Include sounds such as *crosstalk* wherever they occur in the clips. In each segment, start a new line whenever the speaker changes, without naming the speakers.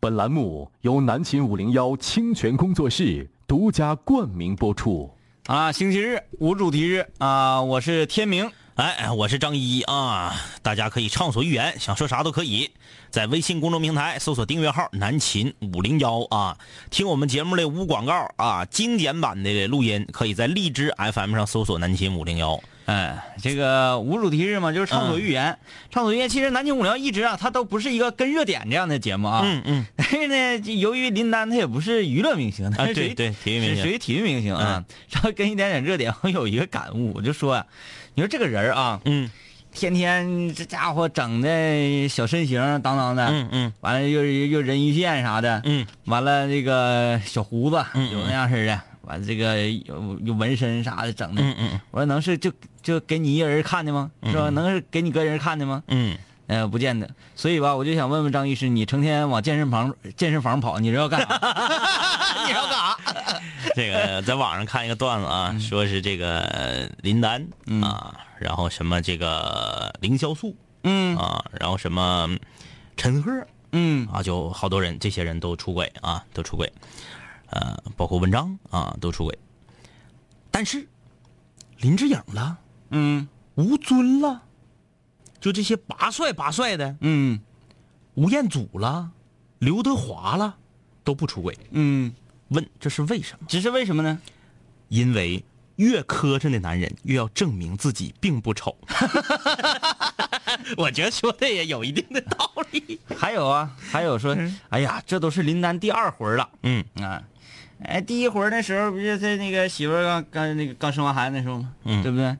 本栏目由南秦五零幺清泉工作室独家冠名播出。
啊，星期日无主题日啊，我是天明。
哎，我是张一啊，大家可以畅所欲言，想说啥都可以，在微信公众平台搜索订阅号“南秦五零幺”啊，听我们节目的无广告啊，精简版的录音，可以在荔枝 FM 上搜索“南秦五零幺
哎，这个无主题日嘛，就是畅
嗯
所欲言。畅所欲言，其实南京五聊一直啊，它都不是一个跟热点这样的节目”。啊。
嗯嗯，
*laughs* 但是呢，就由于林丹他也不是娱乐明星，他是
啊对
属于
对体育明星嗯
是属于体育明星啊。 *laughs* 然后跟一点点热点，我有一个感悟，我就说啊，你说这个人儿啊，
嗯
天天这家伙整的小身形当当的，
嗯嗯
完了又又人鱼线啥的，
嗯，
完了那个小胡子
嗯嗯
有那样式的，完了这个有有纹身啥的整的，
嗯嗯
我说能是就就给你一人看的吗？是吧？能是给你个人看的吗？
嗯，
呃，不见得。所以吧，我就想问问张医师，你成天往健身房健身房跑，你是要干
*laughs*
啥？你要干啥？
这个在网上看一个段子啊，说是这个呃林丹啊，然后什么这个凌潇肃
嗯
啊，然后什么陈赫。
嗯
啊，就好多人，这些人都出轨啊，都出轨，呃，包括文章啊，都出轨。但是林志颖了，
嗯
吴尊了，就这些拔帅拔帅的，
嗯
吴彦祖了，刘德华了，都不出轨。
嗯，
问这是为什么？
只是为什么呢？
因为越磕碜的男人，越要证明自己并不丑。 *laughs* 我觉得说的也有一定的道理。
还有啊，还有说，哎呀，这都是林丹第二回了
嗯
啊。哎，第一回那时候不是在那个媳妇儿刚刚那个刚生完孩子那时候吗？
嗯
对不对？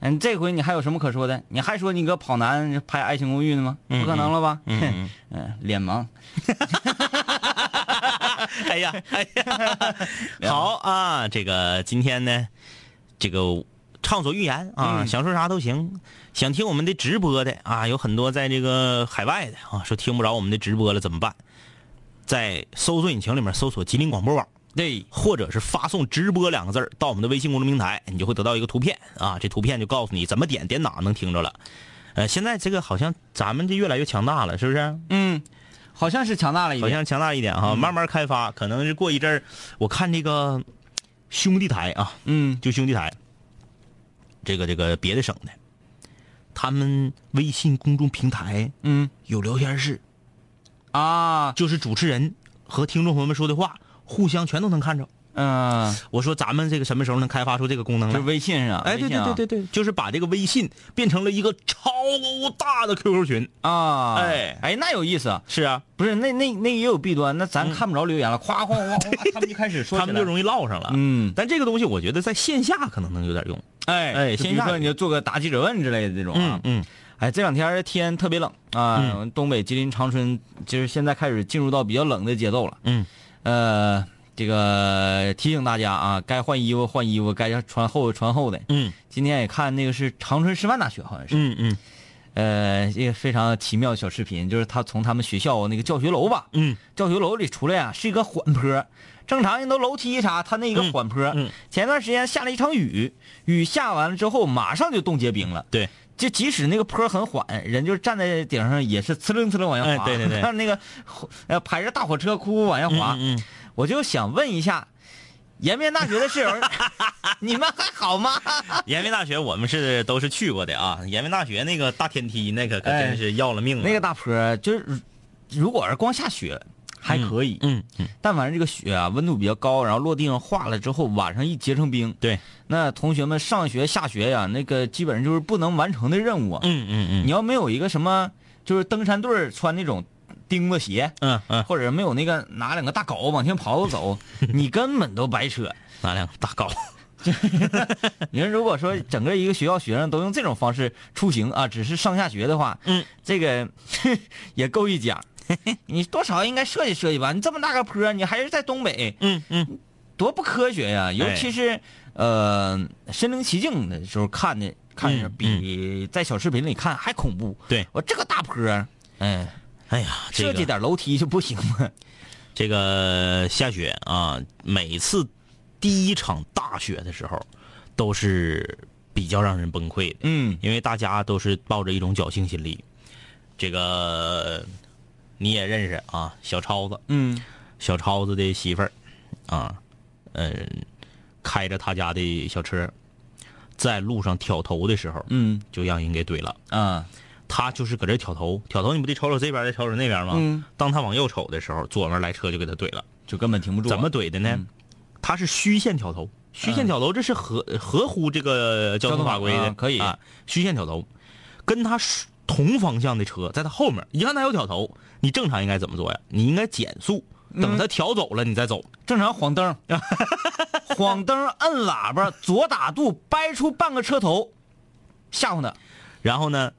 嗯，这回你还有什么可说的？你还说你搁跑男拍《爱情公寓》呢吗？不可能了吧？
嗯嗯
哼嗯，脸盲。
*laughs* 哎呀，哎呀， *laughs* 好啊，这个今天呢，这个畅所欲言啊，
嗯
想说啥都行。想听我们的直播的啊，有很多在这个海外的啊，说听不着我们的直播了怎么办？在搜索引擎里面搜索吉林广播网，
对，
或者是发送“直播”两个字儿到我们的微信公众平台，你就会得到一个图片啊，这图片就告诉你怎么点，点哪能听着了。呃，现在这个好像咱们就越来越强大了，是不是？
嗯，好像是强大了一
好
点。
像强大一点哈，慢慢开发，可能是过一阵儿，我看这个兄弟台啊，
嗯
就兄弟台，这个这个别的省的，他们微信公众平台
嗯
有聊天室，
啊，
就是主持人和听众朋友们说的话，互相全都能看着。
嗯，
我说咱们这个什么时候能开发出这个功能
就是
来？
微信上。
哎，对
微
对
信啊
对对对，就是把这个微信变成了一个超大的 QQ 群。
啊，
哎
哎，那有意思啊。
是啊，
不是，那那那也有弊端，那咱看不着留言了，夸夸夸夸，他们就开始说起
嗯 *laughs* 他
来
们就容易唠上了。
嗯，
但这个东西我觉得在线下可能能有点用。
哎
哎
就
线
比如
下
说你就做个答记者问之类的这种啊，
嗯
哎，这两天天特别冷啊，东北、吉林、长春，就是现在开始进入到比较冷的节奏了。
嗯
呃，这个提醒大家啊，该换衣服换衣服，该穿厚穿厚的。
嗯
今天也看那个是长春师范大学，好像是，
嗯嗯
呃，一个非常奇妙的小视频，就是他从他们学校那个教学楼吧，
嗯
教学楼里出来啊，是一个缓坡，正常人都楼梯啥，他那一个缓坡。
嗯嗯
前段时间下了一场雨，雨下完了之后，马上就冻结冰了。
对，
就即使那个坡很缓，人就站在顶上也是呲楞呲楞往下滑。
哎对对对
*laughs* 那个火呃排着大火车库往下滑，
嗯嗯
我就想问一下，延边大学的室友，
*laughs*
你们还好吗？
嗯，延边大学我们是都是去过的啊。延边大学那个大天梯，那个可
哎
真是要了命了。
那个大坡就是如，如果是光下雪还可以，
嗯嗯，
但凡是这个雪啊，温度比较高，然后落地上化了之后，晚上一结成冰，
对，
那同学们上学下学呀、那个基本上就是不能完成的任务啊。
嗯嗯
你要没有一个什么，就是登山队儿穿那种钉子鞋，
嗯嗯，
或者没有那个拿两个大镐往前刨子走，你根本都白扯。
拿两个大高。 *laughs*
你说如果说整个一个学校学生都用这种方式出行啊，只是上下学的话，
嗯，
这个 *laughs* 也够一讲。你多少应该设计设计吧？你这么大个坡儿，你还是在东北，
嗯嗯哎
多不科学呀！尤其是、呃身临其境的时候看的，看着
嗯
比在小视频里看还恐怖。
对
我这个大坡儿，嗯，
哎呀，这
设
个
计点楼梯就不行吗？ *laughs*
这个下雪啊，每次第一场大雪的时候，都是比较让人崩溃的。
嗯
因为大家都是抱着一种侥幸心理，这个你也认识啊，小超子，
嗯
小超子的媳妇儿，啊，嗯、开着他家的小车，在路上挑头的时候，
嗯
就让人给怼了。
啊
他就是搁这挑头，挑头你不得瞅瞅这边儿，再瞅瞅那边儿吗？
嗯
当他往右瞅的时候，左面来车就给他怼了。
就根本停不住了。
怎么怼的呢？
嗯
他是虚线挑头，虚线挑头这是合、合乎这个交通法规
交
的，
通法啊可以
啊。虚线挑头，跟他是同方向的车在他后面，一看他有挑头，你正常应该怎么做呀？你应该减速，
嗯
等他挑走了你再走。
正常晃 *laughs* 灯，晃灯摁喇叭，左打舵，掰出半个车头，吓唬他。
然后呢，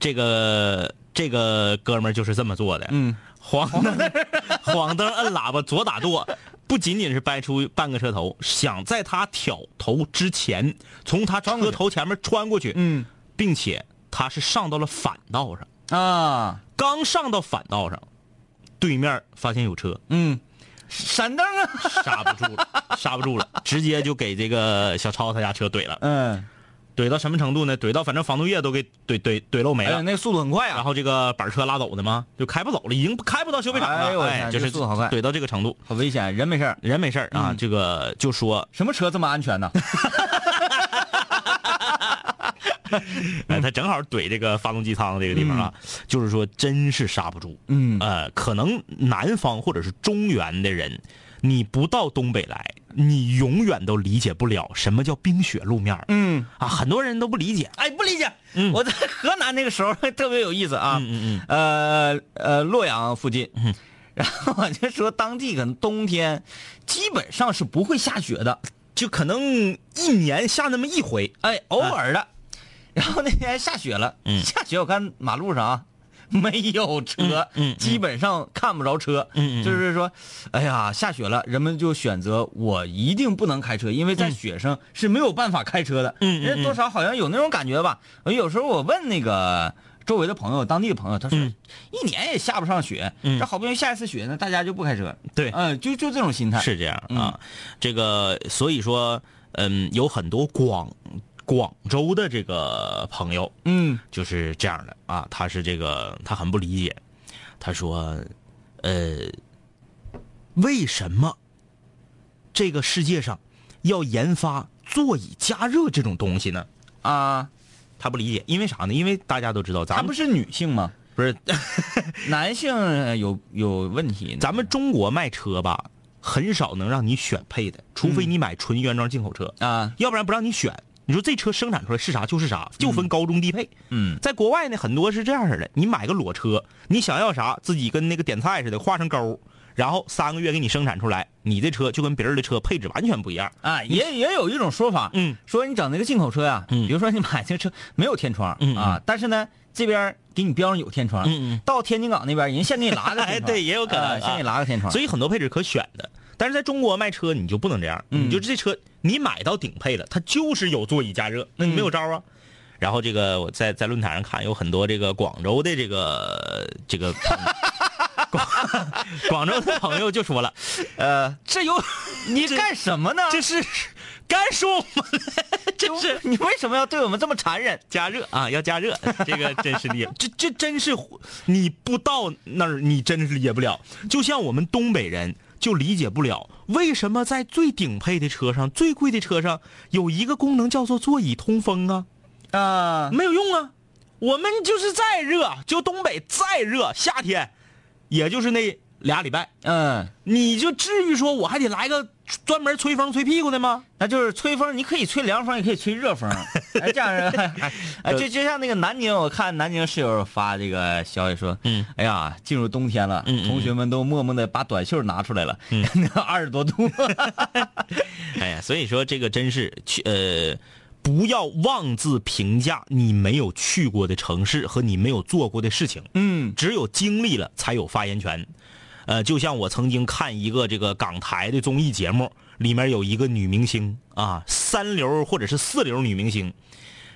这个这个哥们儿就是这么做的，
嗯，
晃灯 *laughs* 晃灯摁喇叭左打舵，不仅仅是掰出半个车头，想在他挑头之前从他车头前面穿过去，
嗯，
并且他是上到了反道上，
啊，
刚上到反道上，对面发现有车，
嗯，闪灯啊，
刹不住了， *laughs* 刹不住了，直接就给这个小超他家车怼了，
嗯，
怼到什么程度呢？怼到反正防冻液都给怼怼怼漏没
哎
了
呀，。那速度很快
然
啊，
后这个板车拉走的吗？就开不走了，已经开不到修配厂
哎呦
了。
我天
哎，就
这
是
速度好快嗯
怼到这个程度，
很危险，人没事儿
人没事儿啊。这个就说，
什么车这么安全呢？
哎，他正好怼这个发动机舱这个地方啊，就是说真是刹不住。
*laughs* 嗯
呃，可能南方或者是中原的人，你不到东北来，你永远都理解不了什么叫冰雪路面儿
嗯，
啊，很多人都不理解。
哎，不理解，我在 *laughs* 河南那个时候特别有意思啊，
嗯嗯
呃呃，洛阳附近，然后我就说当地可能冬天基本上是不会下雪的，
就可能一年下那么一回，
哎，偶尔的。然后那天下雪了，
啊嗯
下雪我看马路上啊没有车，
嗯嗯嗯
基本上看不着车，
嗯嗯嗯
就是说，哎呀，下雪了，人们就选择我一定不能开车，因为在雪上是没有办法开车的，
嗯嗯嗯嗯
人家多少好像有那种感觉吧。我有时候我问那个。周围的朋友，当地的朋友，他说、
嗯
一年也下不上雪，
嗯
这好不容易下一次雪呢，大家就不开车。
对
嗯、就就这种心态。
是这样啊。这个所以说，嗯，有很多广广州的这个朋友，
嗯
就是这样的啊，他是这个他很不理解，他说，呃，为什么这个世界上要研发座椅加热这种东西呢？
啊，
他不理解，因为啥呢？因为大家都知道，咱
她
们
不是女性吗？
不是
男性有有问题，
咱们中国卖车吧，很少能让你选配的，除非你买纯原装进口车，
啊，
要不然不让你选。你说这车生产出来是啥就是啥，就分高中低配。
嗯
在国外呢，很多是这样式的，你买个裸车，你想要啥，自己跟那个点菜似的画上勾，然后三个月给你生产出来，你的车就跟别人的车配置完全不一样。
啊，也也有一种说法，
嗯，
说你整那个进口车呀、
嗯
比如说你买这车没有天窗、
嗯
啊，但是呢，这边给你标上有天窗，
嗯嗯
到天津港那边人先给你拉个
哎
天窗，
对也有可能
啊先给你拉个天窗，
所以很多配置可选的，但是在中国卖车你就不能这样，
嗯
你就这车你买到顶配了，它就是有座椅加热，那你
嗯
没有招啊。然后这个我在在论坛上看有很多这个广州的这个这个朋 *laughs* 广广州的朋友就说了，呃，这有
你干什么呢？
这是干说我们了，这是
你为什么要对我们这么残忍？
加热啊，要加热，这个真是理解，这这真是你不到那儿，你真是理解不了。就像我们东北人就理解不了，为什么在最顶配的车上、最贵的车上有一个功能叫做座椅通风啊，
啊，
没有用啊。我们就是再热，就东北再热，夏天，也就是那俩礼拜，
嗯，
你就至于说我还得来个专门吹风吹屁股的吗？
那就是吹风，你可以吹凉风，也可以吹热 *laughs* 风，哎，这样 *laughs* 是吧？哎，就就像那个南宁，我看南宁室友发这个消息说，
嗯，
哎呀，进入冬天了，
嗯嗯
同学们都默默的把短袖拿出来了，那 *laughs* 二十多度，
哎呀，所以说这个真是去呃，不要妄自评价你没有去过的城市和你没有做过的事情，
嗯
只有经历了才有发言权。呃，就像我曾经看一个这个港台的综艺节目，里面有一个女明星啊，三流或者是四流女明星，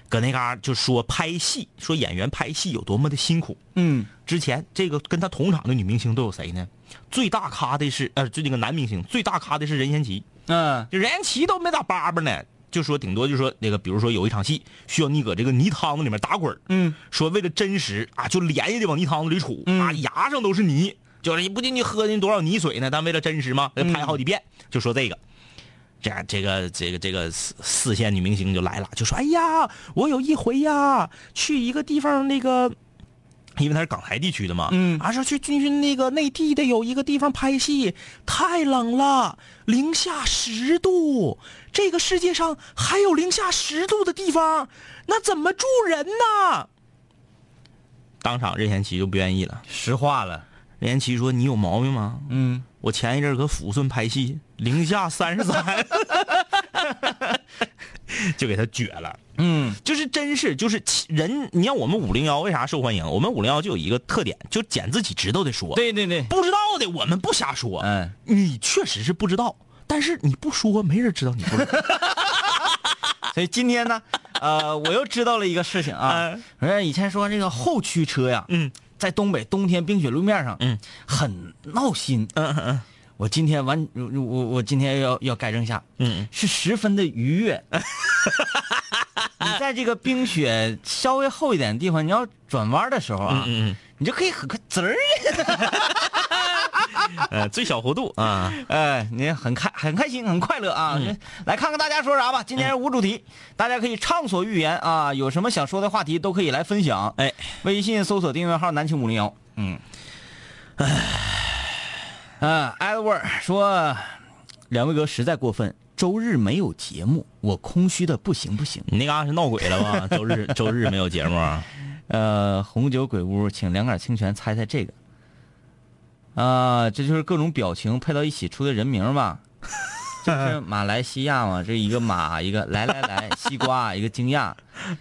搁那嘎就说拍戏，说演员拍戏有多么的辛苦。
嗯
之前这个跟她同场的女明星都有谁呢？最大咖的是呃，就那个男明星，最大咖的是任贤齐。
嗯
任贤齐都没咋叭叭呢，就说顶多就说那个，比如说有一场戏需要你搁这个泥汤子里面打滚儿
嗯，
说为了真实啊，就脸也得往泥汤子里杵、啊，牙上都是泥，就是不仅仅喝进多少泥水呢，但为了真实嘛，得拍好几遍，就说这个。这样这个这个这个四四线女明星就来了，就说：“哎呀，我有一回呀，去一个地方那个，因为她是港台地区的嘛，
嗯
啊，说去军训那个内地的有一个地方拍戏，太冷了，零下十度，这个世界上还有零下十度的地方，那怎么住人呢？”当场任贤齐就不愿意了，
实话了，
任贤齐说：“你有毛病吗？
嗯，
我前一阵儿搁抚顺拍戏，零下三十三，就给他撅了。
嗯，
就是真是就是其人，你像我们五零幺为啥受欢迎？我们五零幺就有一个特点，就捡自己知道的说。，
对对对，
不知道的我们不瞎说。
嗯，
你确实是不知道，但是你不说，没人知道你不知道。
所以今天呢，呃，我又知道了一个事情 *laughs* 啊
嗯，
人家以前说这个后驱车呀，
嗯，
在东北冬天冰雪路面上，
嗯，
很闹心。
嗯嗯
我今天完，我我我今天要要改正一下，
嗯，
是十分的愉
*laughs*
悦。你在这个冰雪稍微厚一点的地方，你要转弯的时候啊，
嗯嗯
你就可以很快滋儿，
嗯，呃，最小弧度啊，嗯
哎，你很开很开心，很快乐啊！来看看大家说啥吧。今天是无主题，大家可以畅所欲言啊，有什么想说的话题都可以来分享。
哎，
微信搜索订阅号“南青五零幺”。嗯，唉，啊，艾德沃尔说，两位哥实在过分，周日没有节目，我空虚的不行不行。
你那嘎是闹鬼了吧？周日周日没有节目啊？
呃，红酒鬼屋，请两杆清泉猜猜这个。啊、这就是各种表情配到一起出的人名 *laughs* 吧？这不是马来西亚嘛？这一个马，一个来来来，西 *laughs* 瓜，一个惊讶。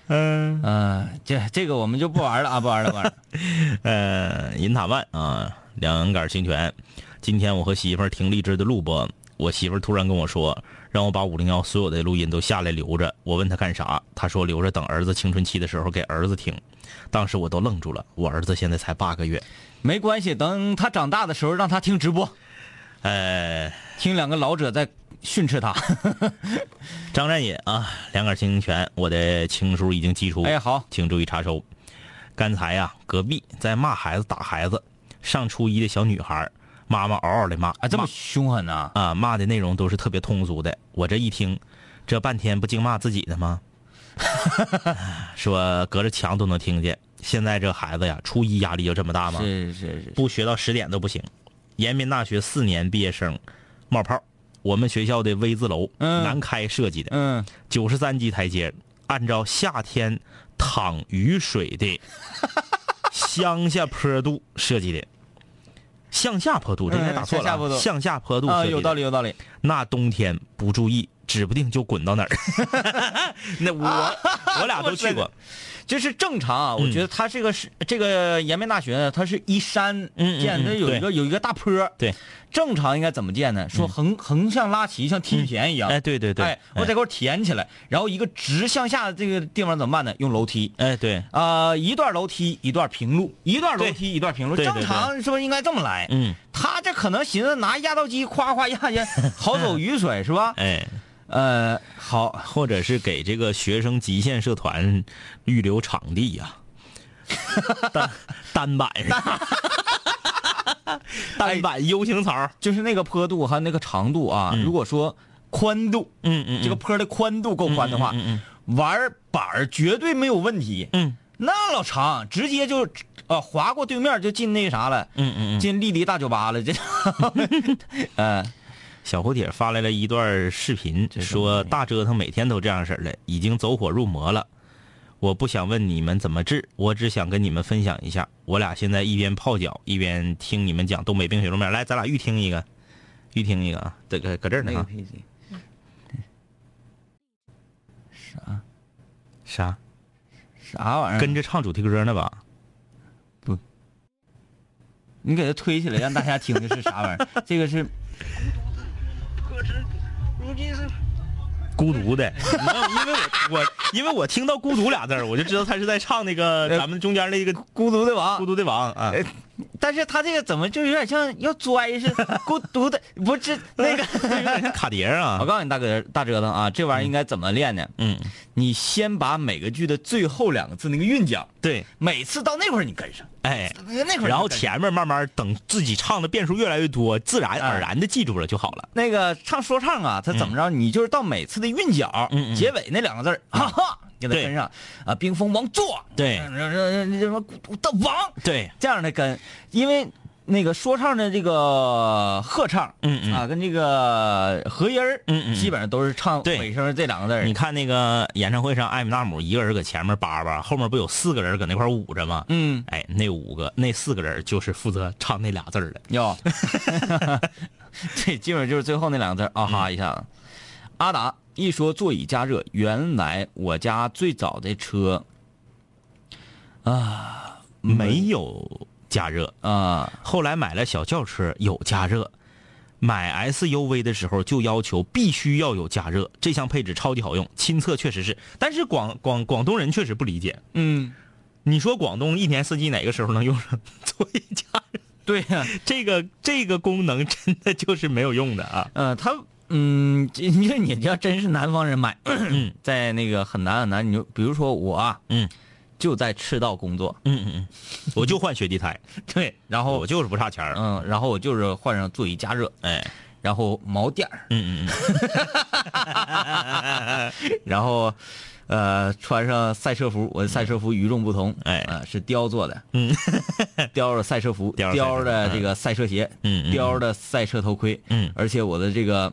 嗯
呃，这这个我们就不玩了啊，不玩了，不玩 *laughs* 了。
呃，银塔万啊，两杆清泉。今天我和媳妇儿听荔枝的录播，我媳妇儿突然跟我说，让我把五零幺所有的录音都下来留着。我问她干啥，她说留着等儿子青春期的时候给儿子听。当时我都愣住了，我儿子现在才八个月。
没关系，等他长大的时候让他听直播，
呃，
听两个老者在训斥他。
张占野啊，两杆清泉，我的情书已经寄出。
哎，好，
请注意查收。刚才呀、隔壁在骂孩子打孩子，上初一的小女孩儿，妈妈嗷嗷的骂
啊，这
骂
么凶狠呐、
啊，骂的内容都是特别通俗的。我这一听，这半天不净骂自己的吗？ *laughs* 说隔着墙都能听见。现在这孩子呀，初一压力就这么大吗？
是是是，
不学到十点都不行。延边大学四年毕业生，冒泡，我们学校的 V 字楼，
嗯
南开设计的，
嗯，
九十三级台阶，按照夏天淌雨水的
*laughs*
乡下坡度设计的。向下坡度，这应该打错了
嗯向下
啊、
坡度
向下坡度
啊，
设计
有
的
道理有道理。
那冬天不注意，指不定就滚到哪儿。 *laughs* 那我、我俩都去过，
这是正常啊，
嗯
我觉得它这个是、这个延边大学呢，它是依山
嗯嗯
建，它
嗯
有
对
一个有一个大坡。
对，嗯
正常应该怎么建呢？说横、横向拉齐，像梯田一样。
哎，对对对，
哎，我得给我填起来，然后一个直向下的这个地方怎么办呢？用楼梯。
哎对，
呃，一段楼梯，一段平路，一段楼
对
梯，一段平路，
对对
正常是不是应该这么来？
嗯，
他这可能寻思拿压道机夸夸压
*laughs*
压，好走雨水是吧？
哎，
呃，好，
或者是给这个学生极限社团预留场地 *laughs* 呀、单单板上， *laughs* 单板 U 型槽，
就是那个坡度和那个长度啊，
嗯
如果说宽度，
嗯嗯，
这个坡的宽度够宽的话，
嗯
玩板儿绝对没有问题。
嗯
那老长，直接就呃划过对面就进那啥了，
嗯嗯嗯，
进丽丽大酒吧了。这，呃，
小蝴蝶发来了一段视频，说大折腾每天都这样式儿的，已经走火入魔了。我不想问你们怎么治，我只想跟你们分享一下。我俩现在一边泡脚，一边听你们讲东北冰雪路面。来，咱俩预听一个，预听一个啊，这个搁这儿呢
那个
啊。
配置
啥？
啥玩意儿？
跟着唱主题歌呢吧？
你给它推起来，让大家听的是啥玩意
*laughs*
儿？这个是
可知，如今是
孤独的，你知道 *laughs* 因为我我因为我听到“孤独”俩字儿，我就知道他是在唱那个
呃
咱们中间那个《
孤独的王
孤。独的王》啊。
哎但是他这个怎么就有点像要拽似的，孤独的不是那个。
*laughs* *laughs*
*laughs*
卡碟
我
啊，
告诉你，大哥大折腾啊，这玩意儿应该怎么练呢？
嗯，
你先把每个句的最后两个字那个韵脚，
对，
每次到那会儿你跟上，
哎，
那会儿
然后
前
前面慢慢等自己唱的遍数越来越多，自然
哎
而然的记住了就好了。
那个唱说唱啊，他怎么着，你就是到每次的韵脚
嗯嗯
结尾那两个字儿，哈哈，给他
对
跟上啊，冰封王座，
对
什么什么的王，
对，
这样的跟，因为那个说唱的这个合唱，
嗯嗯
啊，跟这个合音儿，
嗯嗯嗯
基本上都是唱
对
尾声这两个字儿
你，看那个演唱会上，艾米纳姆一个人搁前面叭叭，后面不有四个人搁那块儿捂着吗？
嗯，
哎，那五个那四个人就是负责唱那俩字儿的。
*laughs* 哟，这基本就是最后那两个字儿啊哈一下子。阿达一说座椅加热，原来我家最早的车嗯
没有加热，
啊、
后来买了小轿车有加热，买 SUV 的时候就要求必须要有加热，这项配置超级好用，亲测确实是。但是广广广东人确实不理解，
嗯，
你说广东一年四季哪个时候能用上座椅加热？
对呀、
*laughs* 这个这个功能真的就是没有用的啊！
呃，他嗯，这你这你要真是南方人买， *clears throat* 在那个很难很难，你就比如说我啊，
嗯，
就在赤道工作，
嗯 *laughs* 嗯嗯，我就换雪地胎，
对，然后
我就是不差钱儿。
嗯，然后我就是换上座椅加热，
哎，
然后锚点 *laughs* 儿，
嗯嗯嗯， *laughs*
然后，呃，穿上赛车服，我的赛车服与众不同，
哎
呃是貂做的，嗯， *laughs* 貂的赛车
*laughs*
服，
貂
貂
的赛车服
的这个赛车鞋，
嗯嗯嗯
貂的赛车头盔，
嗯
而且我的这个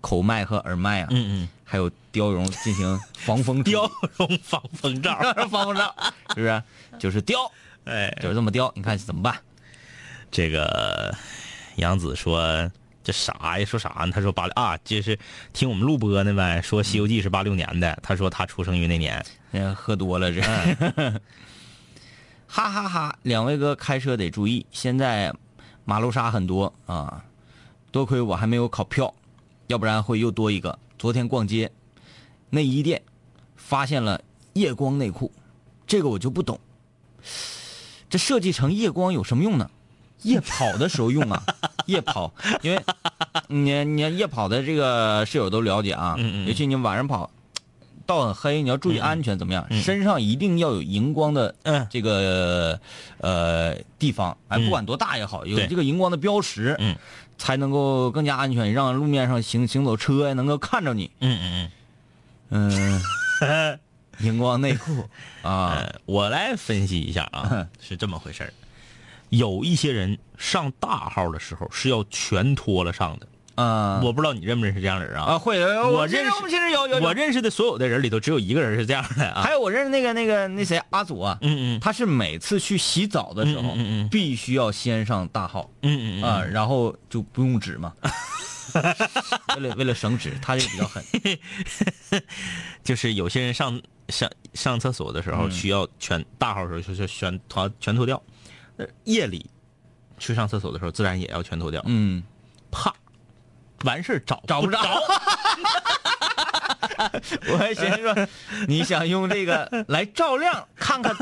口麦和耳麦啊，
嗯嗯，
还有貂绒进行防风
*laughs*
处理
貂绒防风罩，
*laughs* 防风罩，是不是？就是貂，
*laughs* 哎，
就是这么貂，你看怎么办？
这个杨子说这啥呀？说啥呢？他说八六啊，就是听我们录播呢呗。说《西游记》是八六年的，他说他出生于那年。
嗯，喝多了这。
哎
*laughs* 哈哈哈！两位哥开车得注意，现在马路杀很多啊，多亏我还没有考票，要不然会又多一个。昨天逛街，内衣店发现了夜光内裤，这个我就不懂，这设计成夜光有什么用呢？夜跑的时候用啊，夜跑，因为你你夜跑的这个室友都了解啊，
嗯嗯嗯
尤其你晚上跑，道很黑，你要注意安全，怎么样？身上一定要有荧光的
嗯
这个呃地方，哎，
嗯
不管多大也好，有
对
这个荧光的标识，
嗯，
才能够更加安全，让路面上行行走车呀能够看着你。
嗯嗯
嗯， *laughs* 荧光内裤
*laughs*
啊，
嗯，我来分析一下啊，是这么回事儿。有一些人上大号的时候是要全脱了上的，
啊，
我不知道你认不认识这样人啊？
啊会，呃
我
这
认识
我们其实有有，
我
有
认识的所有的人里头，只有一个人是这样的啊。
还有我认识那个那个那谁阿祖啊，
嗯嗯
他是每次去洗澡的时候
嗯嗯嗯嗯
必须要先上大号。
嗯嗯
啊，然后就不用纸嘛。 *laughs* 为了为了省纸，他就比较狠。
就是有些人上上上厕所的时候需要全、大号的时候就是全脱全脱掉，那夜里去上厕所的时候自然也要全脱掉，
嗯，
怕完事儿找
找不着。 *laughs* 我还寻思说，你想用这个来照亮看看，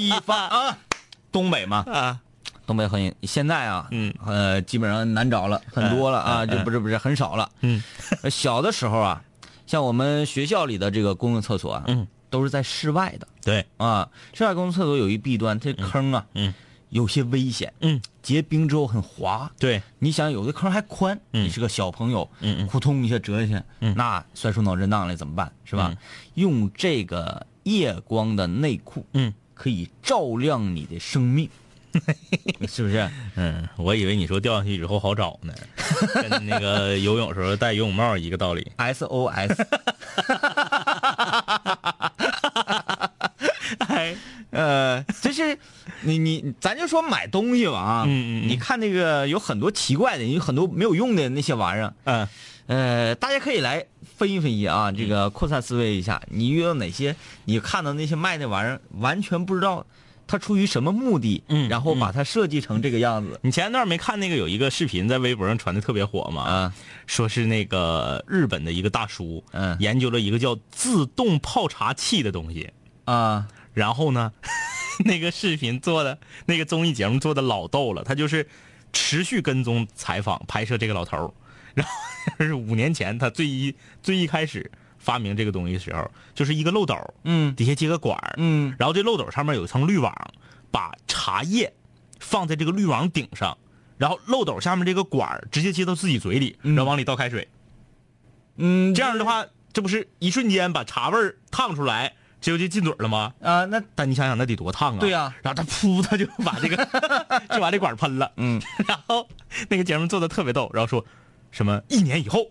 以防啊， *laughs* 东北嘛，
啊，
东北很现在啊，
嗯
呃，基本上难找了，很多了啊，就不是不是很少了。
嗯，
小的时候啊，像我们学校里的这个公共厕所啊，
嗯，
都是在室外的
对，
啊。室外公共厕所有一弊端，这坑啊，
嗯
有些危险。
嗯，
结冰之后很滑。
对，
你想有的坑还宽，
嗯
你是个小朋友，
嗯嗯
扑通一下折下去，
嗯
那摔出脑震荡来怎么办？是吧？
嗯
用这个夜光的内裤，
嗯
可以照亮你的生
*laughs*
命，是不是？
嗯，我以为你说掉下去以后好找呢，跟那个游泳时候戴游泳帽一个道理。
SOS。哎， *laughs* 呃，就是你你，咱就说买东西吧啊，
嗯嗯嗯
你看那个有很多奇怪的，有很多没有用的那些玩意儿，
嗯
呃，大家可以来分析分析啊，这个扩散思维一下，你遇到哪些你看到那些卖那玩意儿，完全不知道他出于什么目的，
嗯
然后把它设计成这个样子
你前段没看那个有一个视频在微博上传的特别火吗？
啊，
说是那个日本的一个大叔，
嗯
研究了一个叫自动泡茶器的东西，
啊
然后呢， *laughs* 那个视频做的那个综艺节目做的老逗了，他就是持续跟踪采访拍摄这个老头儿然后就是五年前他最一最一开始发明这个东西的时候，就是一个漏斗儿，
嗯
底下接个管儿，
嗯
然后这漏斗上面有一层滤网，把茶叶放在这个滤网顶上，然后漏斗下面这个管儿直接接到自己嘴里，然后往里倒开水。
嗯，
这样的话，这不是一瞬间把茶味儿烫出来，结果就进嘴了吗？
啊，那
但你想想，那得多烫啊！
对呀
然后他噗，他就把
*laughs*
这个就把这管儿喷了。
嗯，
然后那个节目做的特别逗，然后说什么一年以后，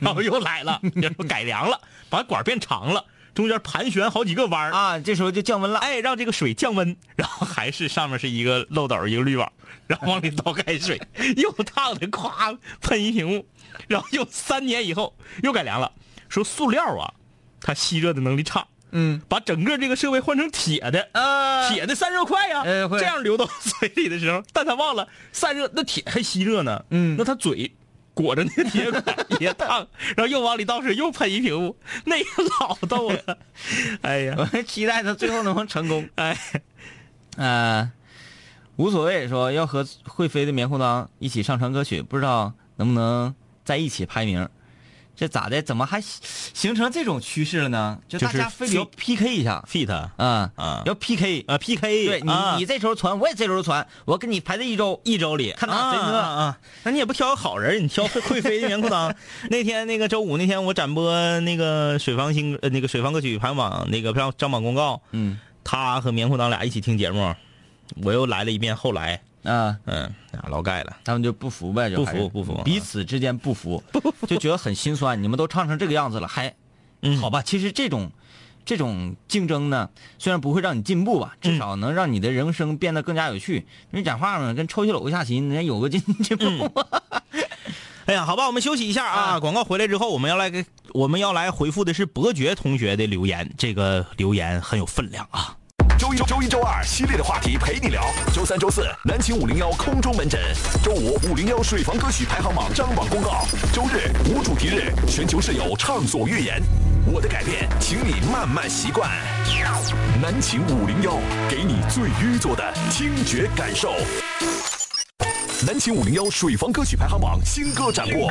嗯
然后又来
*laughs*
了，然后改良了，把管儿变长了，中间盘旋好几个弯儿
啊，这时候就降温了。
哎，让这个水降温， *laughs* 然后还是上面是一个漏斗，一个滤网，然后往里倒开水， *laughs* 又烫的咵喷一屏幕，然后又三年以后又改良了，说塑料啊，它吸热的能力差，
嗯，
把整个这个设备换成铁的，
啊，
铁的散热快呀、
呃会
这样流到嘴里的时候， *laughs* 但他忘了散热，那铁还吸热呢，
嗯
那他嘴。裹着那个铁管 *laughs* 也烫，然后又往里倒水，又喷一屏幕， *laughs* 那个老逗了， *laughs* 哎呀，
我 *laughs* 期待他最后能成功。
*laughs* 哎，
呃，无所谓，说要和会飞的棉裤裆一起上传歌曲，不知道能不能在一起排名。这咋的？怎么还形形成这种趋势了呢？就
就
大
是
家非得要 PK 一下
fit 啊
啊
啊
要 PK，
啊 PK，
对你
啊
你这时候传，我也这时候传，我跟你排在一周
一周里
看哪
哪
谁
啊
饿
啊啊！那你也不挑个好人，你挑会会飞的棉裤 *laughs* 裆。那天那个周五那天我展播那个水房新呃那个水房歌曲排行榜那个票张榜公告，
嗯
他和棉裤裆俩一起听节目，我又来了一遍后来，
啊，
嗯，俩老盖了。
他们就不服呗，就
不
还
服
是
不服
彼此之间不服，就觉得很心酸。你们都唱成这个样子了， *laughs* 还
嗯
好吧？其实这种这种竞争呢，虽然不会让你进步吧，至少能让你的人生变得更加有趣。因为讲话嘛，跟抽起篓下棋，人家有个进进步。
哎呀，好吧，我们休息一下啊。
啊
广告回来之后，我们要来给我们要来回复的是伯爵同学的留言，这个留言很有分量啊。
周一周周一周二系列的话题陪你聊，周三周四南秦五零幺空中门诊，周五五零幺水房歌曲排行榜张榜公告，周日无主题日，全球室友畅所欲言。我的改变，请你慢慢习惯。南秦五零幺给你最约做的听觉感受。南秦五零幺水房歌曲排行榜新歌展播。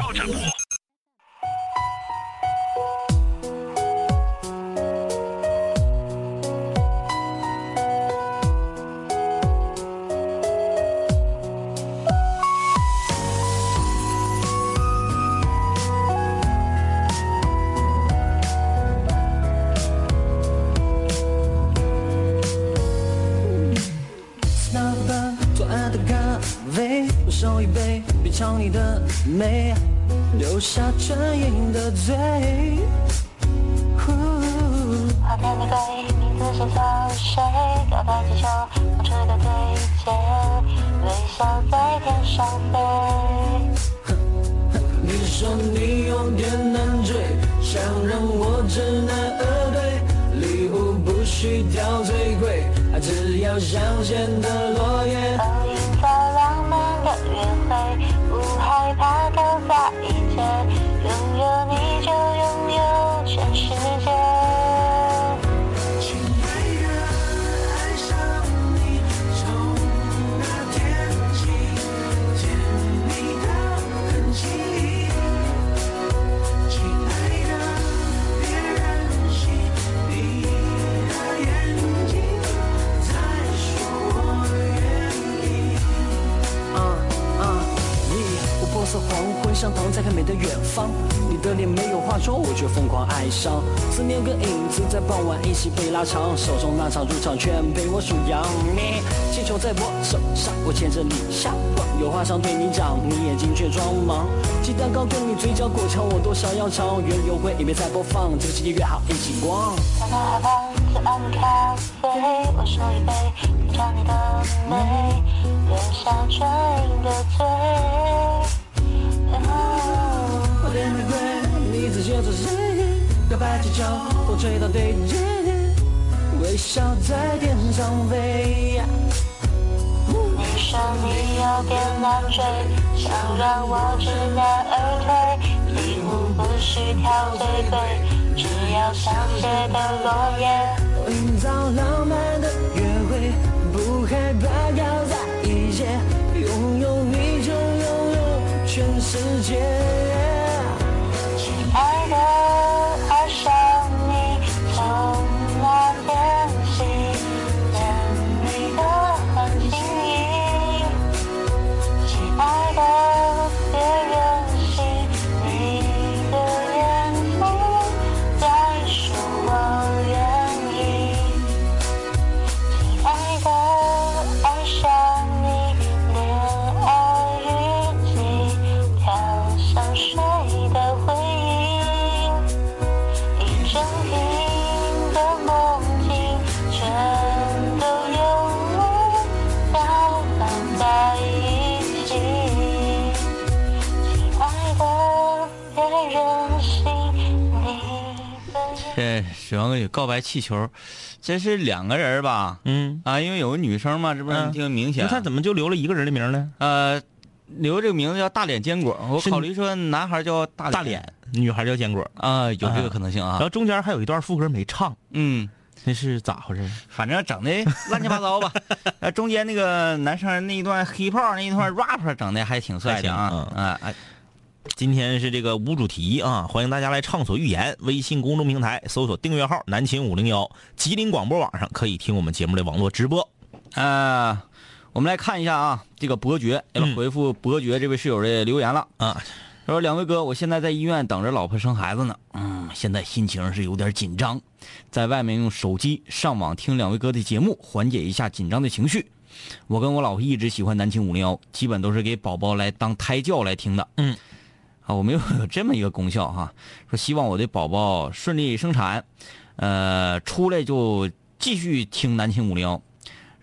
那般左岸的咖啡，我手一杯，品尝你的美，留下唇印的嘴。呼
花店玫瑰，名字写在谁？告白气球，风吹的对街，微笑在天上飞。
你说你有点难追，想让我知难而退。礼物不需挑最贵，啊只要香榭的落叶。
都营造浪漫的约会，不害怕丢下一切，拥有你就拥有全世界。
亲爱的，爱上你，从那天起，甜蜜的痕迹。亲爱的，别任性，你的眼睛在说我愿意。啊啊！你我破色黄昏，像躺在很美的远方。你的脸没有化妆，我却疯狂爱上。思念跟影子在傍晚一起被拉长，手中那场入场券被我数羊。你气球在我手上，我牵着你下逛，有话想对你讲，你眼睛却装忙。鸡蛋糕跟你嘴角果酱，我都想要尝。原油会一边在播放，这个世界越好一起逛。
想到海旁，左岸的咖啡，我手一杯，品尝你的美，留下唇印的嘴。哦
我的玫瑰，你在接着谁？告白气球，风吹到对街，微笑在天上飞。
你说你有点难追，想让我知难而退。礼物不需挑最贵，只要香榭的落叶。
营造浪漫的约会，世界。
亲爱的，爱上你从那天起，甜蜜的很轻易。亲爱的，别任性，你的眼睛在说我愿意。亲爱的，爱上你，恋爱日记，调香水的回忆，一整瓶的梦境，全都有你搅拌在一起。亲爱的，别任性，你的眼。
这水王哥有告白气球，这是两个人吧？
嗯，
啊，因为有个女生嘛，这不是
嗯
挺明显？啊
那他怎么就留了一个人的名呢？
呃，留这个名字叫大脸坚果，我
是
考虑说男孩叫大
大脸，女孩叫坚果，
啊，有这个可能性啊
然。后中间还有一段副歌没唱，
嗯，
那是咋回事？
反正整的乱七八糟
*laughs*
吧。呃，中间那个男生那一段黑炮那一段 rap 整的还挺帅的
还行嗯
啊啊哎，
今天是这个无主题啊，欢迎大家来畅所欲言。微信公众平台搜索订阅号“南秦五零幺”，吉林广播网上可以听我们节目的网络直播。
呃，我们来看一下啊，这个伯爵要
嗯
回复伯爵这位室友的留言了
啊。
他说：“两位哥，我现在在医院等着老婆生孩子呢，嗯，现在心情是有点紧张，在外面用手机上网听两位哥的节目，缓解一下紧张的情绪。我跟我老婆一直喜欢南青五零幺，基本都是给宝宝来当胎教来听的。
嗯，
啊，我们有有这么一个功效哈、说希望我的宝宝顺利生产，呃，出来就继续听南青五零幺。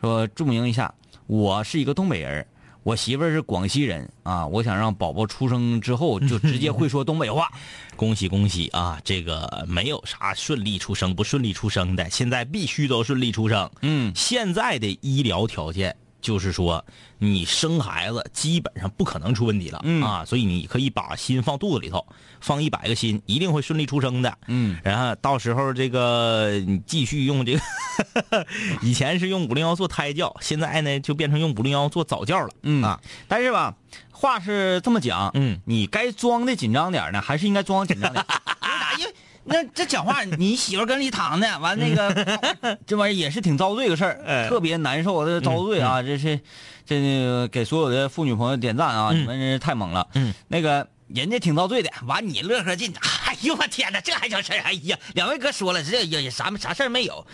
说注明一下，我是一个东北人，我媳妇儿是广西人啊，我想让宝宝出生之后就直接会说东北话。
恭喜恭喜啊！这个没有啥顺利出生不顺利出生的，现在必须都顺利出生。
嗯，
现在的医疗条件就是说，你生孩子基本上不可能出问题了、
嗯
啊，所以你可以把心放肚子里头，放一百个心，一定会顺利出生的。
嗯，
然后到时候这个你继续用这个，以前是用五零幺做胎教，现在呢就变成用五零幺做早教了。
嗯
啊，
但是吧，话是这么讲，
嗯，
你该装的紧张点儿呢，还是应该装紧张点儿。为啥？因为那这讲话，你媳妇儿跟里躺的，完那个这玩意儿也是挺遭罪个事儿，特别难受，这遭罪啊！这是这那个给所有的妇女朋友点赞啊！你们真是太猛了。
嗯，
那个人家挺遭罪的，完你乐呵劲， *laughs* 哎呦我天哪，这还叫事儿？哎呀，两位哥说了，这也也啥啥事儿没有。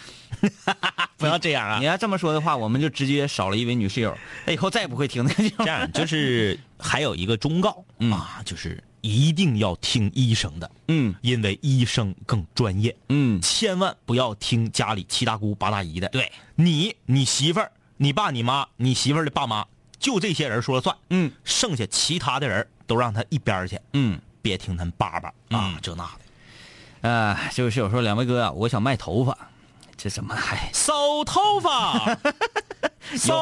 不要这样啊
你！要这么说的话，我们就直接少了一位女室友，那以后再也不会听那个节目
这样就是还有一个忠告、
*laughs* 嗯
啊，就是一定要听医生的，
嗯
因为医生更专业。
嗯
千万不要听家里七大姑八大姨的。对你、你媳妇儿、你爸、你妈、你媳妇儿的爸妈，就这些人说了算。
嗯，
剩下其他的人都让他一边儿去，
嗯。
别听他们叭叭啊，这那的。
呃，这位室友说：“两位哥啊，我想卖头发，这怎么还
扫头 *laughs* 发，扫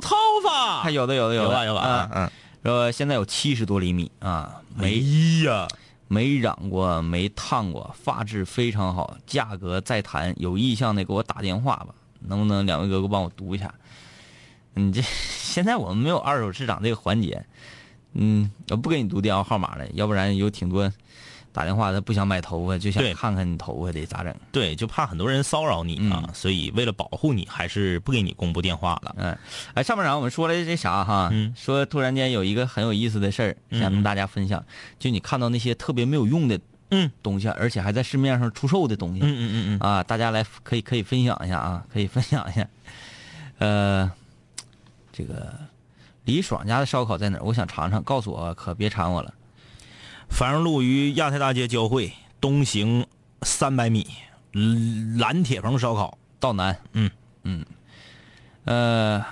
头发
还。有的有的
啊有
的
吧哎有吧
啊
啊，嗯，
说现在有七十多厘米啊，
哎
没
呀，
没染过，没烫过，发质非常好，价格再谈，有意向的给我打电话吧，能不能两位哥哥帮我读一下？你这现在我们没有二手市场这个环节，嗯，我不给你读电话号码了，要不然有挺多打电话他不想买头发，就想
对
看看你头发得咋整。”
对，就怕很多人骚扰你啊，所以为了保护你，还是不给你公布电话了。
嗯，哎，上半场我们说了这啥哈，
嗯
说突然间有一个很有意思的事儿，想跟大家分享，就你看到那些特别没有用的
嗯
东西，而且还在市面上出售的东西，
嗯嗯嗯嗯，
啊，大家来可以可以分享一下啊，可以分享一下。呃，这个李爽家的烧烤在哪儿？我想尝尝，告诉我，可别馋我了。
繁荣路与亚太大街交汇，东行三百米，蓝蓝铁棚烧烤。
道南，
嗯
嗯，呃，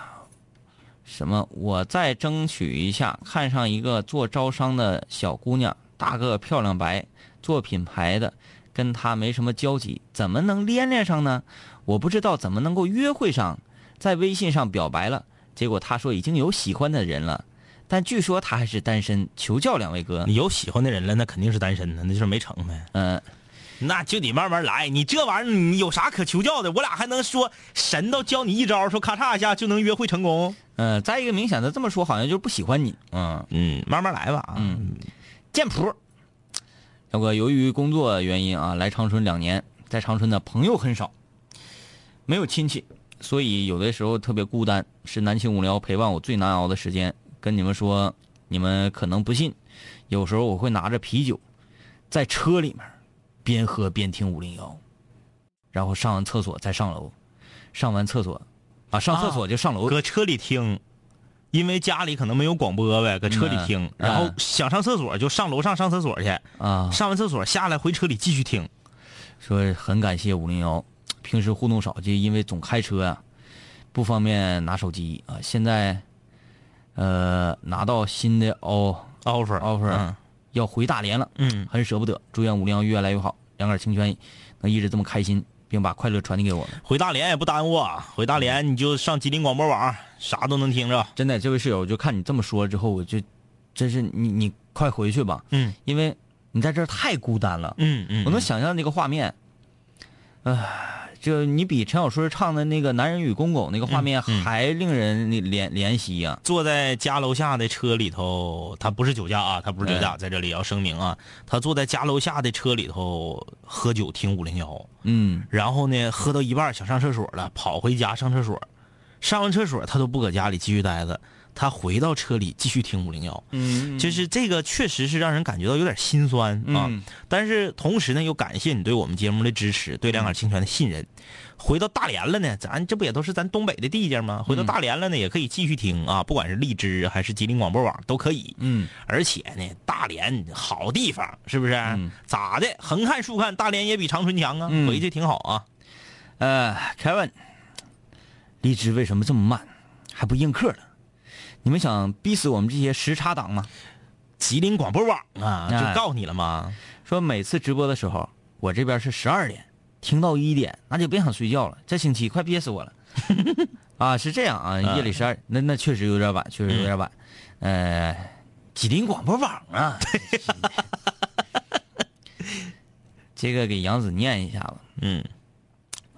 什么？我再争取一下，看上一个做招商的小姑娘，大个漂亮白，做品牌的，跟她没什么交集，怎么能连连上呢？我不知道怎么能够约会上，在微信上表白了，结果她说已经有喜欢的人了，但据说她还是单身，求教两位哥。
你有喜欢的人了，那肯定是单身的，那就是没成呗。
嗯、
那就得慢慢来，你这玩意儿你有啥可求教的？我俩还能说神都教你一招，说咔嚓一下就能约会成功？
嗯、再一个明显的这么说，好像就是不喜欢你，嗯，
嗯，慢慢来吧啊。
嗯，剑谱，小哥由于工作原因啊，来长春两年，在长春的朋友很少，没有亲戚，所以有的时候特别孤单，是南青无聊陪伴我最难熬的时间。跟你们说，你们可能不信，有时候我会拿着啤酒，在车里面边喝边听五零幺，然后上完厕所再上楼，上完厕所啊，上厕所就上楼，
搁车里听，因为家里可能没有广播呗，搁车里听，
嗯
然后想上厕所就上楼上上厕所去，
啊
上完厕所下来回车里继续听。
说很感谢五零幺，平时互动少，就因为总开车啊，不方便拿手机啊。现在，呃，拿到新的 o
offer
offer，、
嗯
要回大连了，
嗯，
很舍不得。祝愿五零幺越来越好，两杆清泉能一直这么开心，并把快乐传递给我们。
回大连也不耽误啊，回大连你就上吉林广播网，啥都能听着。
真的，这位室友，我就看你这么说之后，我就，真是你你快回去吧，
嗯
因为你在这儿太孤单了。
嗯嗯，
我能想象这个画面，唉，就你比陈小春唱的那个《男人与公狗》那个画面
嗯嗯
还令人怜怜惜啊呀、
坐在家楼下的车里头，他不是酒驾啊，他不是酒驾，在这里要声明啊，他坐在家楼下的车里头喝酒听五零幺，
嗯，
然后呢，喝到一半儿想上厕所了，跑回家上厕所，上完厕所他都不搁家里继续待着，他回到车里继续听五零幺。嗯，就是这个确实是让人感觉到有点心酸啊。
嗯
但是同时呢，又感谢你对我们节目的支持，对两杆清泉的信任。回到大连了呢，咱这不也都是咱东北的地界
嗯
吗？回到大连了呢，也可以继续听啊，不管是荔枝还是吉林广播网都可以。
嗯，
而且呢，大连好地方是不是？咋的？横看竖看，大连也比长春强啊，
嗯
回去挺好啊。
呃，Kevin，荔枝为什么这么慢，还不映客呢？你们想逼死我们这些时差党吗？
吉林广播网啊，
哎
就告你了吗？
说每次直播的时候，我这边是十二点，听到一点，那就别想睡觉了。这星期快憋死我了。 *laughs* 啊，是这样啊，夜里十二，那那确实有点晚，确实有点晚。呃，吉林广播网啊， *laughs* 真是的这个给杨子念一下吧。
嗯，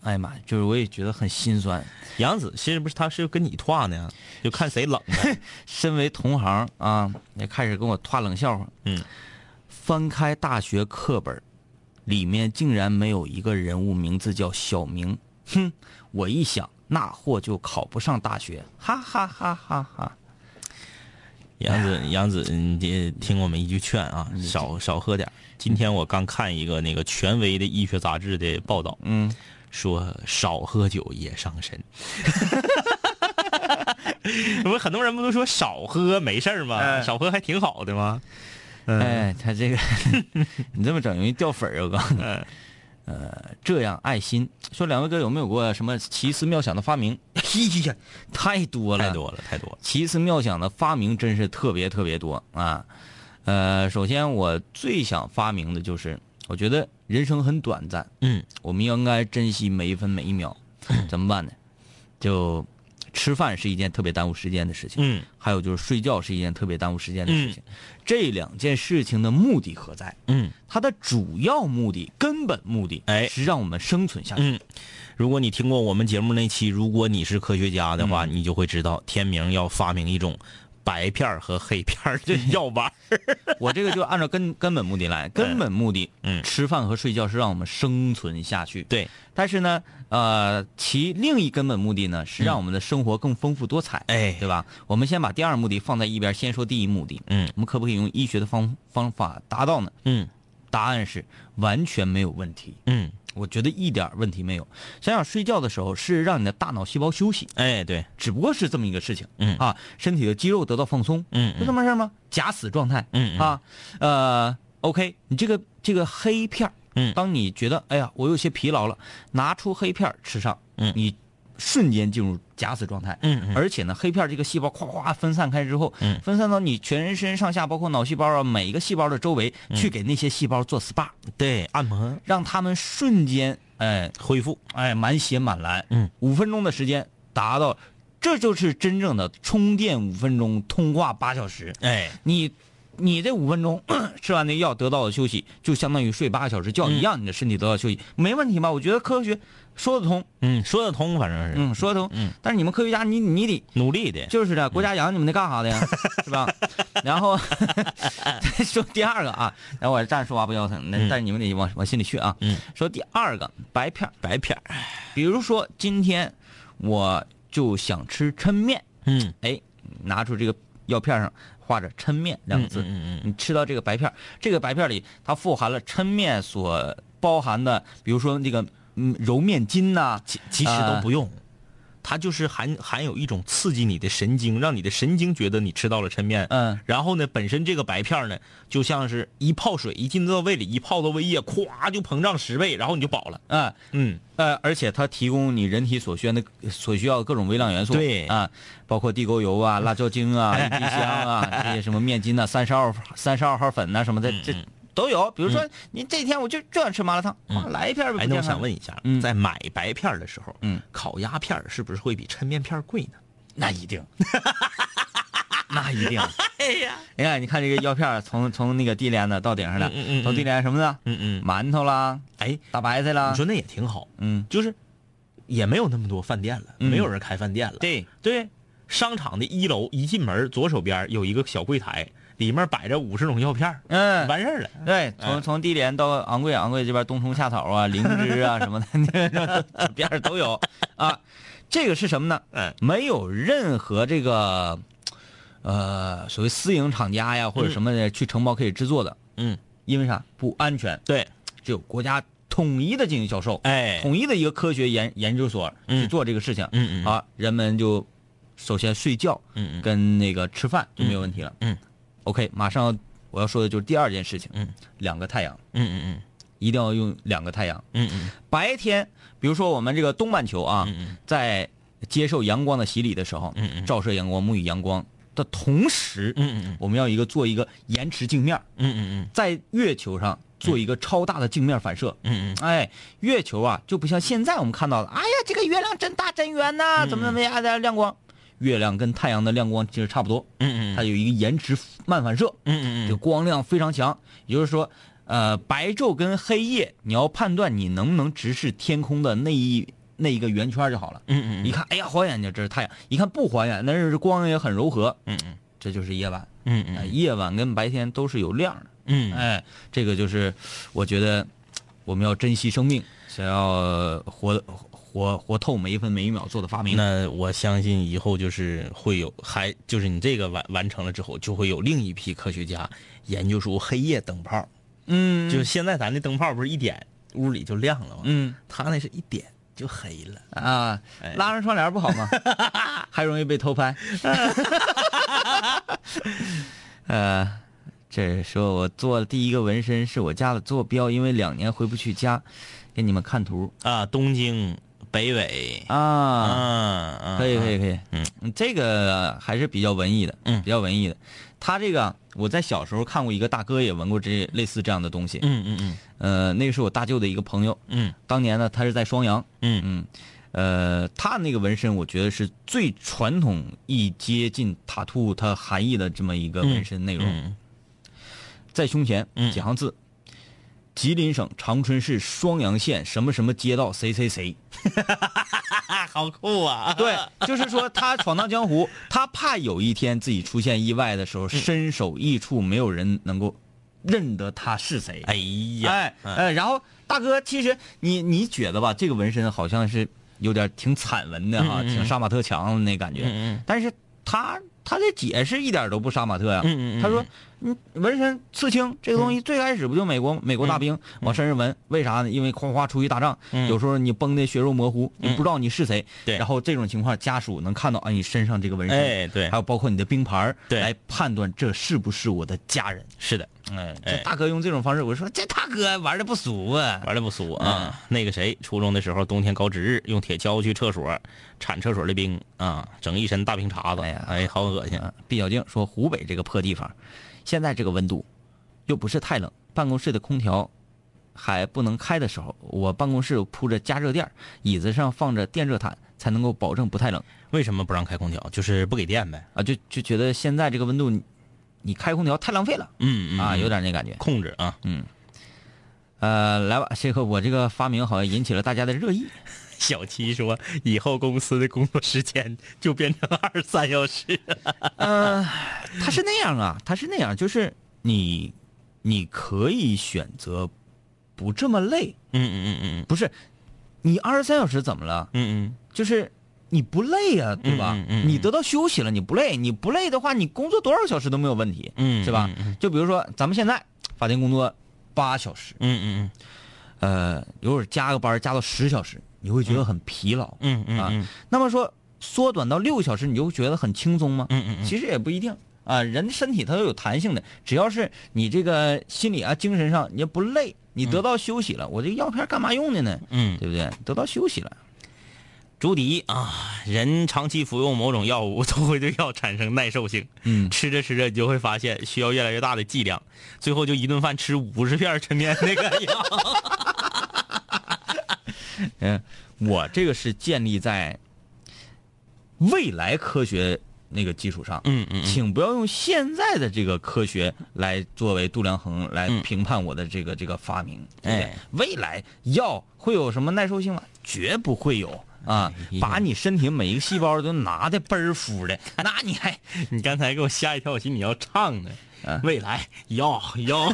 哎呀妈呀，就是我也觉得很心酸。
杨子是不是他是跟你话呢？就看谁冷呗。
身为同行啊，也开始跟我吐冷笑话。
嗯，
翻开大学课本，里面竟然没有一个人物名字叫小明。哼，我一想，那货就考不上大学，哈哈哈哈哈！
杨子，杨子，你得听我们一句劝啊，少少喝点儿。今天我刚看一个那个权威的医学杂志的报道，嗯，说少喝酒也伤身。 *laughs* 不是很多人不都说少喝没事儿吗？少喝还挺好的吗？
哎，他这个， *laughs* 你这么整容易掉粉儿，我告诉你。呃，这样爱心说，两位哥有没有过什么奇思妙想的发明？哎呀，太多了，
太多了，太多了。
奇思妙想的发明真是特别特别多啊。呃，首先我最想发明的就是，我觉得人生很短暂，
嗯，
我们应该珍惜每一分每一秒。怎么办呢？就吃饭是一件特别耽误时间的事情，
嗯，
还有就是睡觉是一件特别耽误时间的事情。这两件事情的目的何在？
嗯，
它的主要目的、根本目的，
哎
是让我们生存下去。
嗯，如果你听过我们节目那期《如果你是科学家》的话，你就会知道天明要发明一种白片儿和黑片儿的药丸儿。
*laughs* 我这个就按照根根本目的来，根本目的，
嗯
吃饭和睡觉是让我们生存下去。
*laughs* 对，
但是呢，呃，其另一根本目的呢，是让我们的生活更丰富多彩，
嗯哎
对吧？我们先把第二目的放在一边，先说第一目的，
嗯
我们可不可以用医学的方方法达到呢？
嗯
答案是完全没有问题，
嗯，
我觉得一点问题没有。想想睡觉的时候是让你的大脑细胞休息，
哎，对，
只不过是这么一个事情，
嗯
啊，身体的肌肉得到放松，
嗯
就这
嗯
么事儿吗？假死状态，
嗯嗯
啊，呃，OK，你这个这个黑片儿
嗯
当你觉得哎呀我有些疲劳了，拿出黑片儿吃上，
嗯
你瞬间进入假死状态，
嗯嗯
而且呢，黑片儿这个细胞咵咵分散开之后，
嗯
分散到你全身上下，包括脑细胞啊，每一个细胞的周围，去给那些细胞做 SPA，
嗯
啊
对，按摩
让他们瞬间哎
恢复。
哎，满血满蓝，
嗯，
五分钟的时间达到，这就是真正的充电五分钟，通话八小时。
哎，
你你这五分钟吃完那药得到的休息，就相当于睡八个小时
嗯
觉一样，你的身体得到休息，没问题吧？我觉得科学说得通，
嗯，说得通，反正是、
嗯，说得通。
嗯
但是你们科学家，你你得
努力的。
就是的，国家养你们那干啥的呀？是
*laughs*
吧？然后再说第二个啊，然后我站着说话不腰疼，那
嗯
但是你们得往往心里去啊。
嗯
说第二个白片儿，
白片儿，
比如说今天我就想吃抻面，
嗯，
哎，拿出这个药片上画着“抻面”两个字，
嗯嗯嗯嗯
你吃到这个白片儿，这个白片儿里它富含了抻面所包含的，比如说那个嗯揉面筋呐、
其其实都不用，它就是含含有一种刺激你的神经，让你的神经觉得你吃到了抻面。
嗯，
然后呢，本身这个白片儿呢，就像是一泡水，一进到胃里，一泡到胃液，咵就膨胀十倍，然后你就饱了。
啊、
嗯，
呃，而且它提供你人体所需要的所需要的各种微量元素，
对
啊，包括地沟油啊、辣椒精
*laughs*
啊、一滴香啊，这些什么面筋呐、三十二三十二号粉呐、什么
嗯
的，这都有。比如说，你这天我就就想吃麻辣烫，啊来一片儿呗。
哎，
不健
那我
康
想问一下，
嗯
在买白片儿的时候，
嗯，
烤鸭片儿是不是会比抻面片儿贵呢？
那一定， *laughs* 那一
*laughs*
定。哎呀，你看这个药片儿从从那个地帘子到顶上的，
嗯嗯嗯
从地帘什么呢？
嗯嗯，
馒头啦，
哎，
大白菜啦
你，说那也挺好，
嗯，
就是也没有那么多饭店了，
嗯
没有人开饭店了。
对，
对，商场的一楼一进门，左手边有一个小柜台，里面摆着五十种药片儿，
嗯，
完事儿了。
对，
哎
从从地帘到昂贵，昂贵这边冬虫夏草啊、灵芝啊什么的， *laughs* 那个这边儿都有啊。这个是什么呢？
嗯
没有任何这个呃所谓私营厂家呀或者什么的去承包可以制作的，
嗯，
因为啥？不安全，
对，
只有国家统一的进行销售，
哎
统一的一个科学研研究所
嗯
去做这个事情，
嗯嗯
啊，人们就首先睡觉，
嗯嗯
跟那个吃饭就没有问题了，
嗯嗯
，OK，马上要我要说的就是第二件事情，
嗯，
两个太阳
嗯嗯
一定要用两个太阳，
嗯嗯
白天，比如说我们这个东半球啊，
嗯嗯
在接受阳光的洗礼的时候，
嗯嗯
照射阳光、沐浴阳光的同时，
嗯嗯
我们要一个做一个延迟镜面儿，
嗯嗯
在月球上做一个超大的镜面反射，
嗯嗯
哎，月球啊就不像现在我们看到的，哎呀，这个月亮真大真圆呐、怎么
嗯
怎么样的亮光？月亮跟太阳的亮光其实差不多，
嗯嗯
它有一个延迟慢反射，
嗯
这个光亮非常强。也就是说，呃，白昼跟黑夜，你要判断你能不能直视天空的那一那一个圆圈就好了。
嗯
一看，哎呀，还原去，这是太阳；一看不还原，那是光也很柔和。
嗯嗯
这就是夜晚，
嗯
哎
嗯
夜晚跟白天都是有亮的。
嗯
哎，这个就是我觉得我们要珍惜生命，想要活活活透每一分每一秒做的发明。
那我相信以后就是会有，还就是你这个完完成了之后，就会有另一批科学家研究出黑夜灯泡。
嗯
就是现在咱这灯泡不是一点屋里就亮了吗？，
嗯
他那是一点就黑了。
啊，拉上窗帘不好 *laughs* 吗？还容易被偷 *laughs* 拍。呃，这说我做的第一个纹身是我家的坐标，因为两年回不去家，给你们看图
啊，东京、北纬，
啊。
啊，
可以可以可以，
嗯
嗯，这个还是比较文艺的，
嗯
比较文艺的。他这个我在小时候看过一个大哥也纹过这类似这样的东西，
嗯嗯嗯
呃，那个是我大舅的一个朋友，
嗯
当年呢他是在双阳，
嗯
嗯，呃，他那个纹身我觉得是最传统一接近塔兔它含义的这么一个纹身内容，
嗯
在胸前
嗯
几行字。吉林省长春市双阳县什么什么街道谁谁谁，
啊，好酷 *laughs* 啊！
对，就是说他闯荡江湖，他怕有一天自己出现意外的时
嗯
候，身首异处，没有人能够认得他是谁。
哎呀，
哎哎，然后大哥，其实你你觉得吧，这个纹身好像是有点挺惨纹的哈，
嗯嗯嗯
挺杀马特强的那感觉。
嗯嗯
但是他他这解释一点都不杀马特呀、
嗯嗯嗯
他说，嗯，纹身刺青这个东西最开始不就美
嗯
国美国大兵往身上纹？为啥呢？因为夸夸出去打仗，
嗯
有时候你崩的血肉模糊，你不知道你是谁。
对
然后这种情况，家属能看到啊，你身上这个纹身，
哎对
还有包括你的冰牌儿
对
来判断这是不是我的家人。
是的，
哎，
哎
这大哥用这种方式，我说这大哥玩的不俗啊。
玩的不俗啊。那个谁，初中的时候，冬天高值日，用铁锹去厕所铲厕所的冰啊，整一身大冰碴子，
哎呀
哎，好恶心。
啊毕小静说，湖北这个破地方，现在这个温度又不是太冷，办公室的空调还不能开的时候，我办公室铺着加热垫儿，椅子上放着电热毯，才能够保证不太冷
为什么不让开空调？就是不给电呗。
啊。就就觉得现在这个温度，你开空调太浪费了，
嗯嗯
啊，
嗯
有点那感觉。
控制啊，
呃，来吧，这个我这个发明好像引起了大家的热议。
小七说，以后公司的工作时间就变成二十三小时。
它是那样啊，它是那样，就是你你可以选择不这么累，
嗯嗯嗯
不是你二十三小时怎么了？
嗯嗯
就是你不累呀、对吧？
嗯嗯嗯嗯
你得到休息了，你不累，你不累的话，你工作多少小时都没有问题，
嗯
是吧
嗯？
就比如说咱们现在法定工作八小时，
嗯嗯
呃，如果加个班加到十小时，你会觉得很疲劳，
嗯嗯
啊
嗯。
那么说缩短到六个小时，你就会觉得很轻松吗？
嗯嗯嗯
其实也不一定啊，人的身体它都有弹性的，只要是你这个心理啊、精神上你也不累，你得到休息了，我这个药片干嘛用的呢？
嗯，
对不对？得到休息了。
朱迪啊，人长期服用某种药物都会对药产生耐受性。
嗯
吃着吃着你就会发现需要越来越大的剂量，最后就一顿饭吃五十片陈年那个药。
嗯，我这个是建立在未来科学那个基础上。
嗯嗯 *laughs*
请不要用现在的这个科学来作为度量衡来评判我的这个、这个发明。对不对
哎，
未来药会有什么耐受性吗？绝不会有啊！把你身体每一个细胞都拿的倍儿服 *laughs* 的，那你还
你刚才给我吓一跳，我寻思你要唱呢
啊。
未来要 *laughs* 要，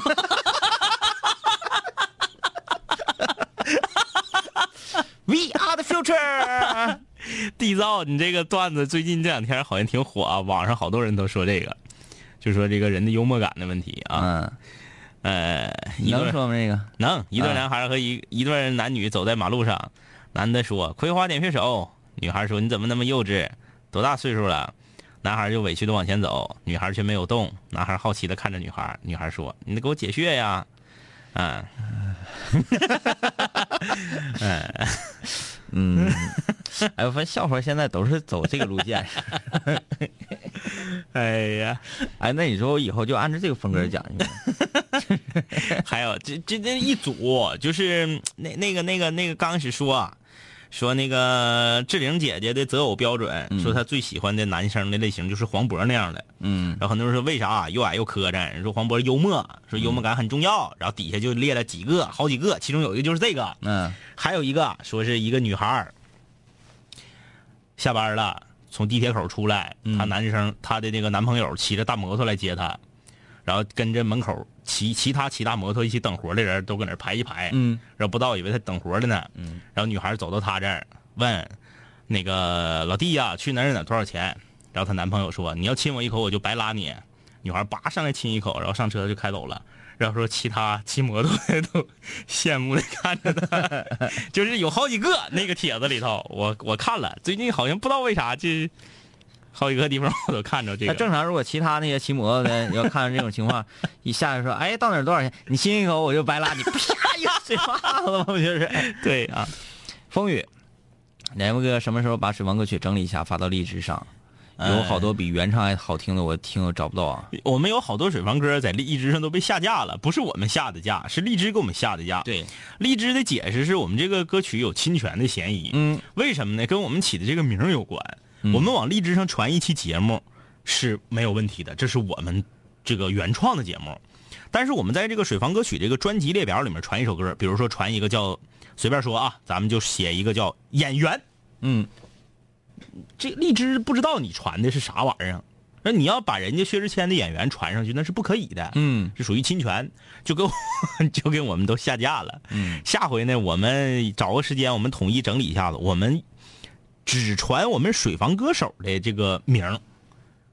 We are the *laughs* future 啊
缔造你这个段子最近这两天好像挺火啊，网上好多人都说这个，就说这个人的幽默感的问题啊。
嗯，
呃，一
你能
对
说吗？这个
能一对
啊
男孩和一一对男女走在马路上，男的说“葵花点穴手”，女孩说“你怎么那么幼稚？多大岁数了？”男孩就委屈的往前走，女孩却没有动。男孩好奇的看着女孩，女孩说：“你得给我解穴呀！”嗯，
嗯，哎，我发现笑话现在都是走这个路 *laughs* 线。
哎呀，
哎，那你说我以后就按照这个风格讲行吗？
*laughs* 还有这这这一组就是嗯那那个那个那个刚开始说啊，说那个志玲姐姐的择偶标准，说她最喜欢的男生的类型就是黄渤那样的。
嗯
然后很多人说为啥啊又矮又磕碜？人说黄渤幽默，说幽默感很重要。然后底下就列了几个，好几个，其中有一个就是这个，
嗯
还有一个啊说是一个女孩儿下班了，从地铁口出来，
嗯
她男生她的那个男朋友骑着大摩托来接她，然后跟着门口骑其他骑大摩托一起等活的人都搁那儿排一排，
嗯，
然后不知道以为他等活的呢，嗯，然后女孩走到他这儿问那个老弟呀、去哪儿哪儿哪儿多少钱？然后她男朋友说你要亲我一口我就白拉你，女孩叭上来亲一口，然后上车就开走了。然后说其他骑摩托的都 *laughs* 羡慕的看着他，就是有好几个那个帖子里头，我我看了，最近好像不知道为啥，这好几个地方我都看着这
那
个。
正常，如果其他那些骑摩托的要看到这种情
*laughs*
况，一下来说，哎，到哪儿多少钱？你亲一口我就白拉你，啪一个嘴巴子嘛，不就是？哎
对啊，
风雨，联播哥什么时候把水房歌曲整理一下发到荔枝上？有好多比原唱还好听的，我听我找不到啊。
我们有好多水房歌在荔枝上都被下架了，不是我们下的架，是荔枝给我们下的架。，
对，
荔枝的解释是我们这个歌曲有侵权的嫌疑。
嗯，
为什么呢？跟我们起的这个名儿有关。我们往荔枝上传一期节目是没有问题的，这是我们这个原创的节目。但是我们在这个水房歌曲这个专辑列表里面传一首歌，比如说传一个叫随便说啊，咱们就写一个叫演员。
嗯，
这荔枝不知道你传的是啥玩意儿，那你要把人家薛之谦的演员传上去，那是不可以的。
嗯，
是属于侵权，就给我 *laughs* 就给我们都下架了。嗯，下回呢，我们找个时间，我们统一整理一下子，我们只传我们水房歌手的这个名儿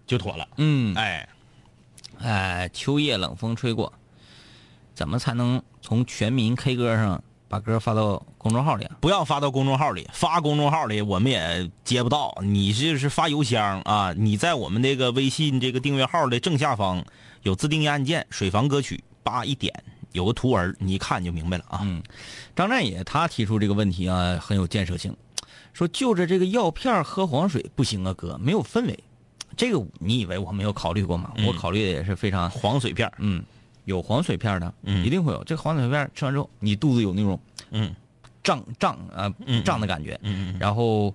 就妥了。
嗯，
哎，
哎，秋夜冷风吹过，怎么才能从全民 K 歌上把歌发到公众号里啊？
不要发到公众号里，发公众号里我们也接不到。你这是发邮箱啊？你在我们这个微信这个订阅号的正下方有自定义按键“水房歌曲”，叭一点有个图文，你一看就明白了啊。嗯
张占野他提出这个问题啊，很有建设性，说就着这个药片儿喝黄水不行啊，哥，没有氛围。这个你以为我没有考虑过吗？
嗯
我考虑的也是非常，
黄水片儿
嗯，有黄水片儿的，
嗯
一定会有。这个黄水片儿吃完之后，你肚子有那种
嗯
胀胀啊
嗯
胀的感觉，
嗯嗯
然后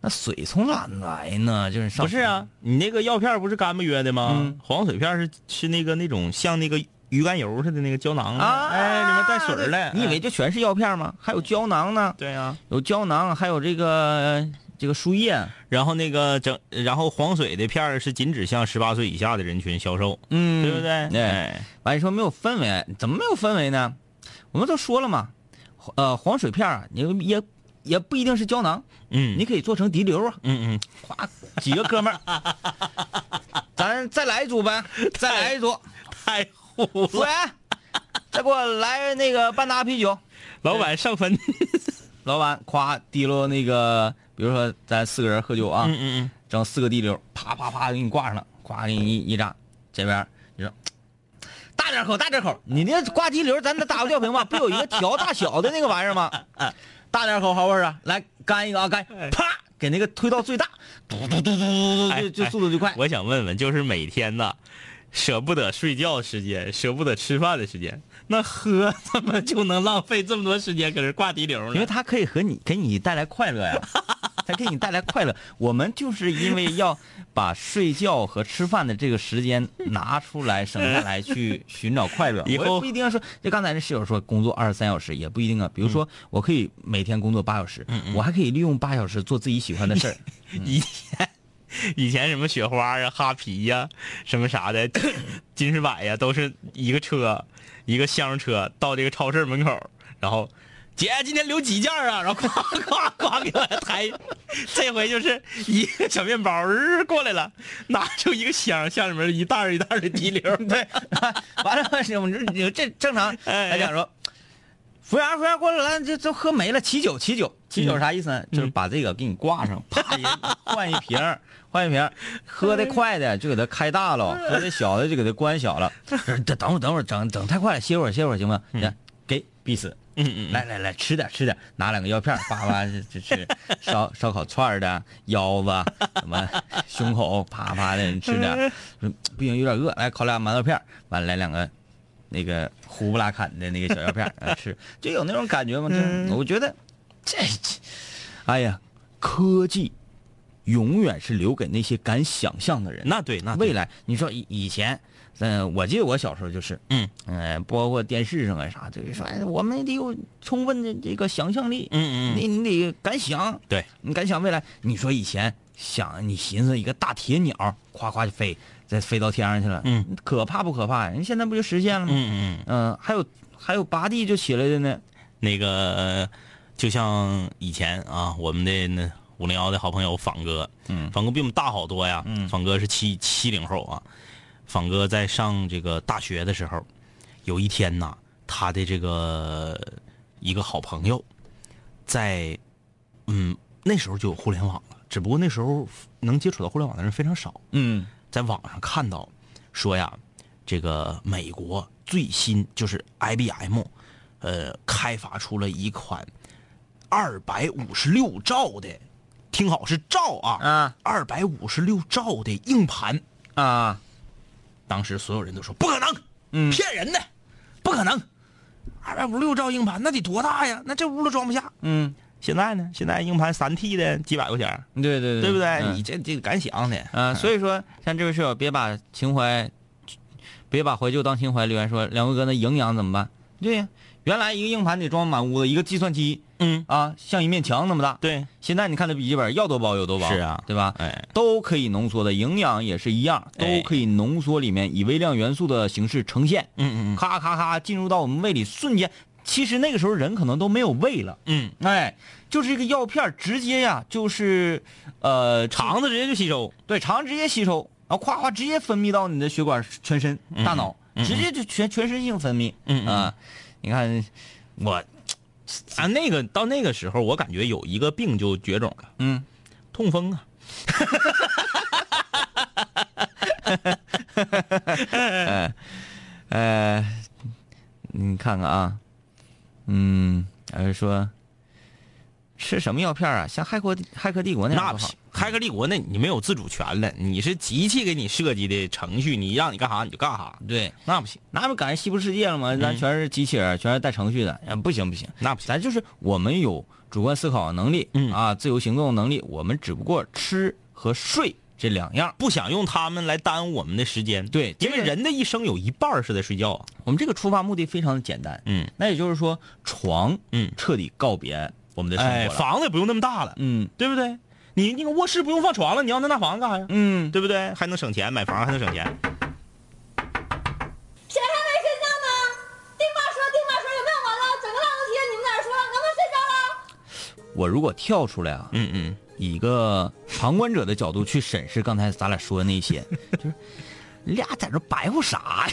那水从哪来呢？就是上
不是啊，你那个药片不是干巴约的吗？
嗯
黄水片是是那个那种像那个鱼肝油似的那个胶囊
啊，
哎，里面带水儿的。
你以为
哎？
这全是药片吗？还有胶囊呢，
对呀、
有胶囊，还有这个呃这个输液，
然后那个整，然后黄水的片儿是禁止向十八岁以下的人群销售，
嗯
对不对？
对。
哎，
完你说没有氛围，怎么没有氛围呢？我们都说了嘛，呃，黄水片啊，你也也不一定是胶囊，
嗯，
你可以做成滴溜啊，
嗯嗯，
夸几个哥们儿，咱再来一组呗，再来一组，
太糊
服务
了，
员，再给我来那个半打啤酒。
老板上坟。
老板夸滴溜那个，比如说咱四个人喝酒啊，
嗯嗯嗯，
整四个滴溜，啪啪啪给你挂上了，夸给你一一扎，这边你说大点口，大点口，你那挂滴溜，咱得打个吊瓶吧，不有一个调大小的那个玩意儿
嗯
吗？大点口好味儿啊，来干一个啊，干，啪给那个推到最大，嘟嘟嘟嘟嘟嘟，
哎
就就
哎
速度就快。
我想问问，就是每天呐，舍不得睡觉时间，舍不得吃饭的时间，那喝怎么就能浪费这么多时间搁这挂滴流
因为
呢？
它可以和你给你带来快乐呀，它给你带来快乐。我们就是因为要把睡觉和吃饭的这个时间拿出来省下来，去寻找快乐。
以后
我也不一定说，就刚才那室友说工作二十三小时也不一定啊。比如说，我可以每天工作八小时，
嗯
我还可以利用八小时做自己喜欢的事
*laughs*
儿。
以前以前什么雪花啊、哈皮呀、什么啥的，金士百呀，都是一个车，一个厢车到这个超市门口，然后。姐，今天留几件啊？然后夸夸夸给我抬，这回就是一个小面包儿过来了，拿出一个箱，箱里面一袋儿一袋儿的滴溜。 *laughs* 对，
完了，我们这这正常
哎
来讲说，服务员，服务员过来，来这都喝没了，起酒，起酒，起
嗯
酒是啥意思呢？就是把这个给你挂上，
*laughs*
啪，一换一瓶儿，换一瓶儿，喝的快的就给它开大了，
*laughs*
喝的小的就给它关小了。等等会儿，等会儿，整整太快了，歇会儿，歇会儿行吗？你看给必死。
嗯嗯，
来来来，吃点吃点，拿两个药片儿， *laughs* 叭叭就就吃烧烧烤串儿的腰子，啊 *laughs* 什么胸口啪啪的，你吃点
*laughs*
儿。说不行，有点饿，来烤俩馒头片儿，完了来两个那个胡不拉砍的那个小药片儿、啊
*laughs*
吃，就有那种感觉吗？
嗯
这我觉得这，这哎呀，科技永远是留给那些敢想象的人。
那对，那对
未来，你说以以前，嗯、我记得我小时候就是，
嗯，
呃，包括电视上啊啥，就是说，哎，我们得有充分的这个想象力，
嗯嗯嗯
你你得敢想，
对，
你敢想未来。你说以前想，你寻思一个大铁鸟，夸夸就飞，再飞到天上去了，
嗯，
可怕不可怕呀？人现在不就实现了吗？
嗯嗯，
嗯、还有还有拔地就起来的呢，
那个就像以前啊，我们的那五零幺的好朋友仿哥，嗯，仿哥比我们大好多呀，嗯，仿哥是七七零后啊，仿哥在上这个大学的时候，有一天呐，他的这个一个好朋友在，嗯，那时候就有互联网了，只不过那时候能接触到互联网的人非常少，
嗯
在网上看到说呀，这个美国最新就是 IBM，呃，开发出了一款二百五十六兆的，听好是兆啊，
啊
二百五十六兆的硬盘。
啊，
当时所有人都说不可能，
嗯
骗人的，不可能，二百五十六兆硬盘那得多大呀？那这屋都装不下。
嗯，
现在呢？现在硬盘三 T 的几百块钱，
对对对，
对不对？嗯
嗯
你这这个敢想的，
啊，所以说，像这位室友，别把情怀，别把怀旧当情怀。留言说，两位哥，那营养怎么办？对呀、原来一个硬盘得装满屋子，一个计算机
嗯，
啊，像一面墙那么大。，
对，
现在你看这笔记本要多薄有多薄，
是啊
对吧？
哎，
都可以浓缩的，营养也是一样，
哎
都可以浓缩里面以微量元素的形式呈现。
嗯嗯嗯
咔咔咔进入到我们胃里，瞬间，其实那个时候人可能都没有胃了。
嗯，
哎，就是这个药片儿直接呀，就是呃
肠子直接就吸收。
对，肠直接吸收，然后夸夸直接分泌到你的血管、全身、
嗯
大脑，直接就全全身性分泌。
嗯嗯
啊，你看我，
啊，那个到那个时候，我感觉有一个病就绝种了，
嗯，
痛风啊。
呃，你看看啊，嗯，还是说吃什么药片啊？像骇客骇客帝国那样
那
不
不
好
行。，骇客帝国那你没有自主权了，你是机器给你设计的程序，你让你干啥你就干啥，
对，
那不行，
那不赶上西部世界了吗？
嗯
咱全是机器人，全是带程序的，哎不行不行，
那不行。
咱就是我们有主观思考能力，
嗯
啊，自由行动能力，我们只不过吃和睡这两样。
不想用他们来耽误我们的时间，
对这
因为
个
人的一生有一半儿是在睡觉啊。
我们这个出发目的非常的简单，
嗯，
那也就是说床，
嗯
彻底告别我们的生活
哎，
了
房子也不用那么大了，
嗯
对不对？你那个卧室不用放床了，你要那大房子干啥呀？
嗯，
对不对？还能省钱，买房还能省钱。
谁还没睡觉呢？丁妈说，丁妈说，有没有完了？整个浪子体你们在这说，能不能睡着了？
我如果跳出来啊，
嗯嗯，
以一个旁观者的角度去审视刚才咱俩说的那
*laughs*
些，就是你俩在这白活啥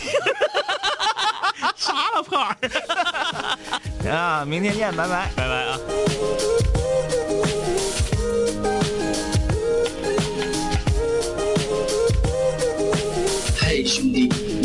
*laughs* 啥了破玩意儿？
呀？ *laughs* 啊，明天见，拜拜。
拜拜啊！
嘿，兄弟，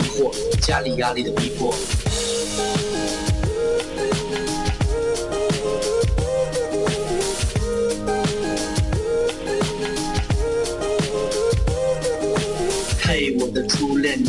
惑，家里压力的逼迫。嘿，我的初恋，你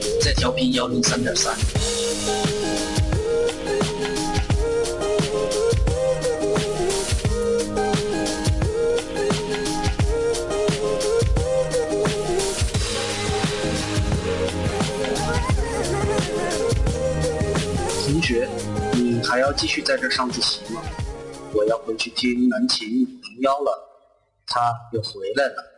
在调频幺零三点三。同学，你还要继续在这上自习吗？我要回去听南琴零幺了，他又回来了。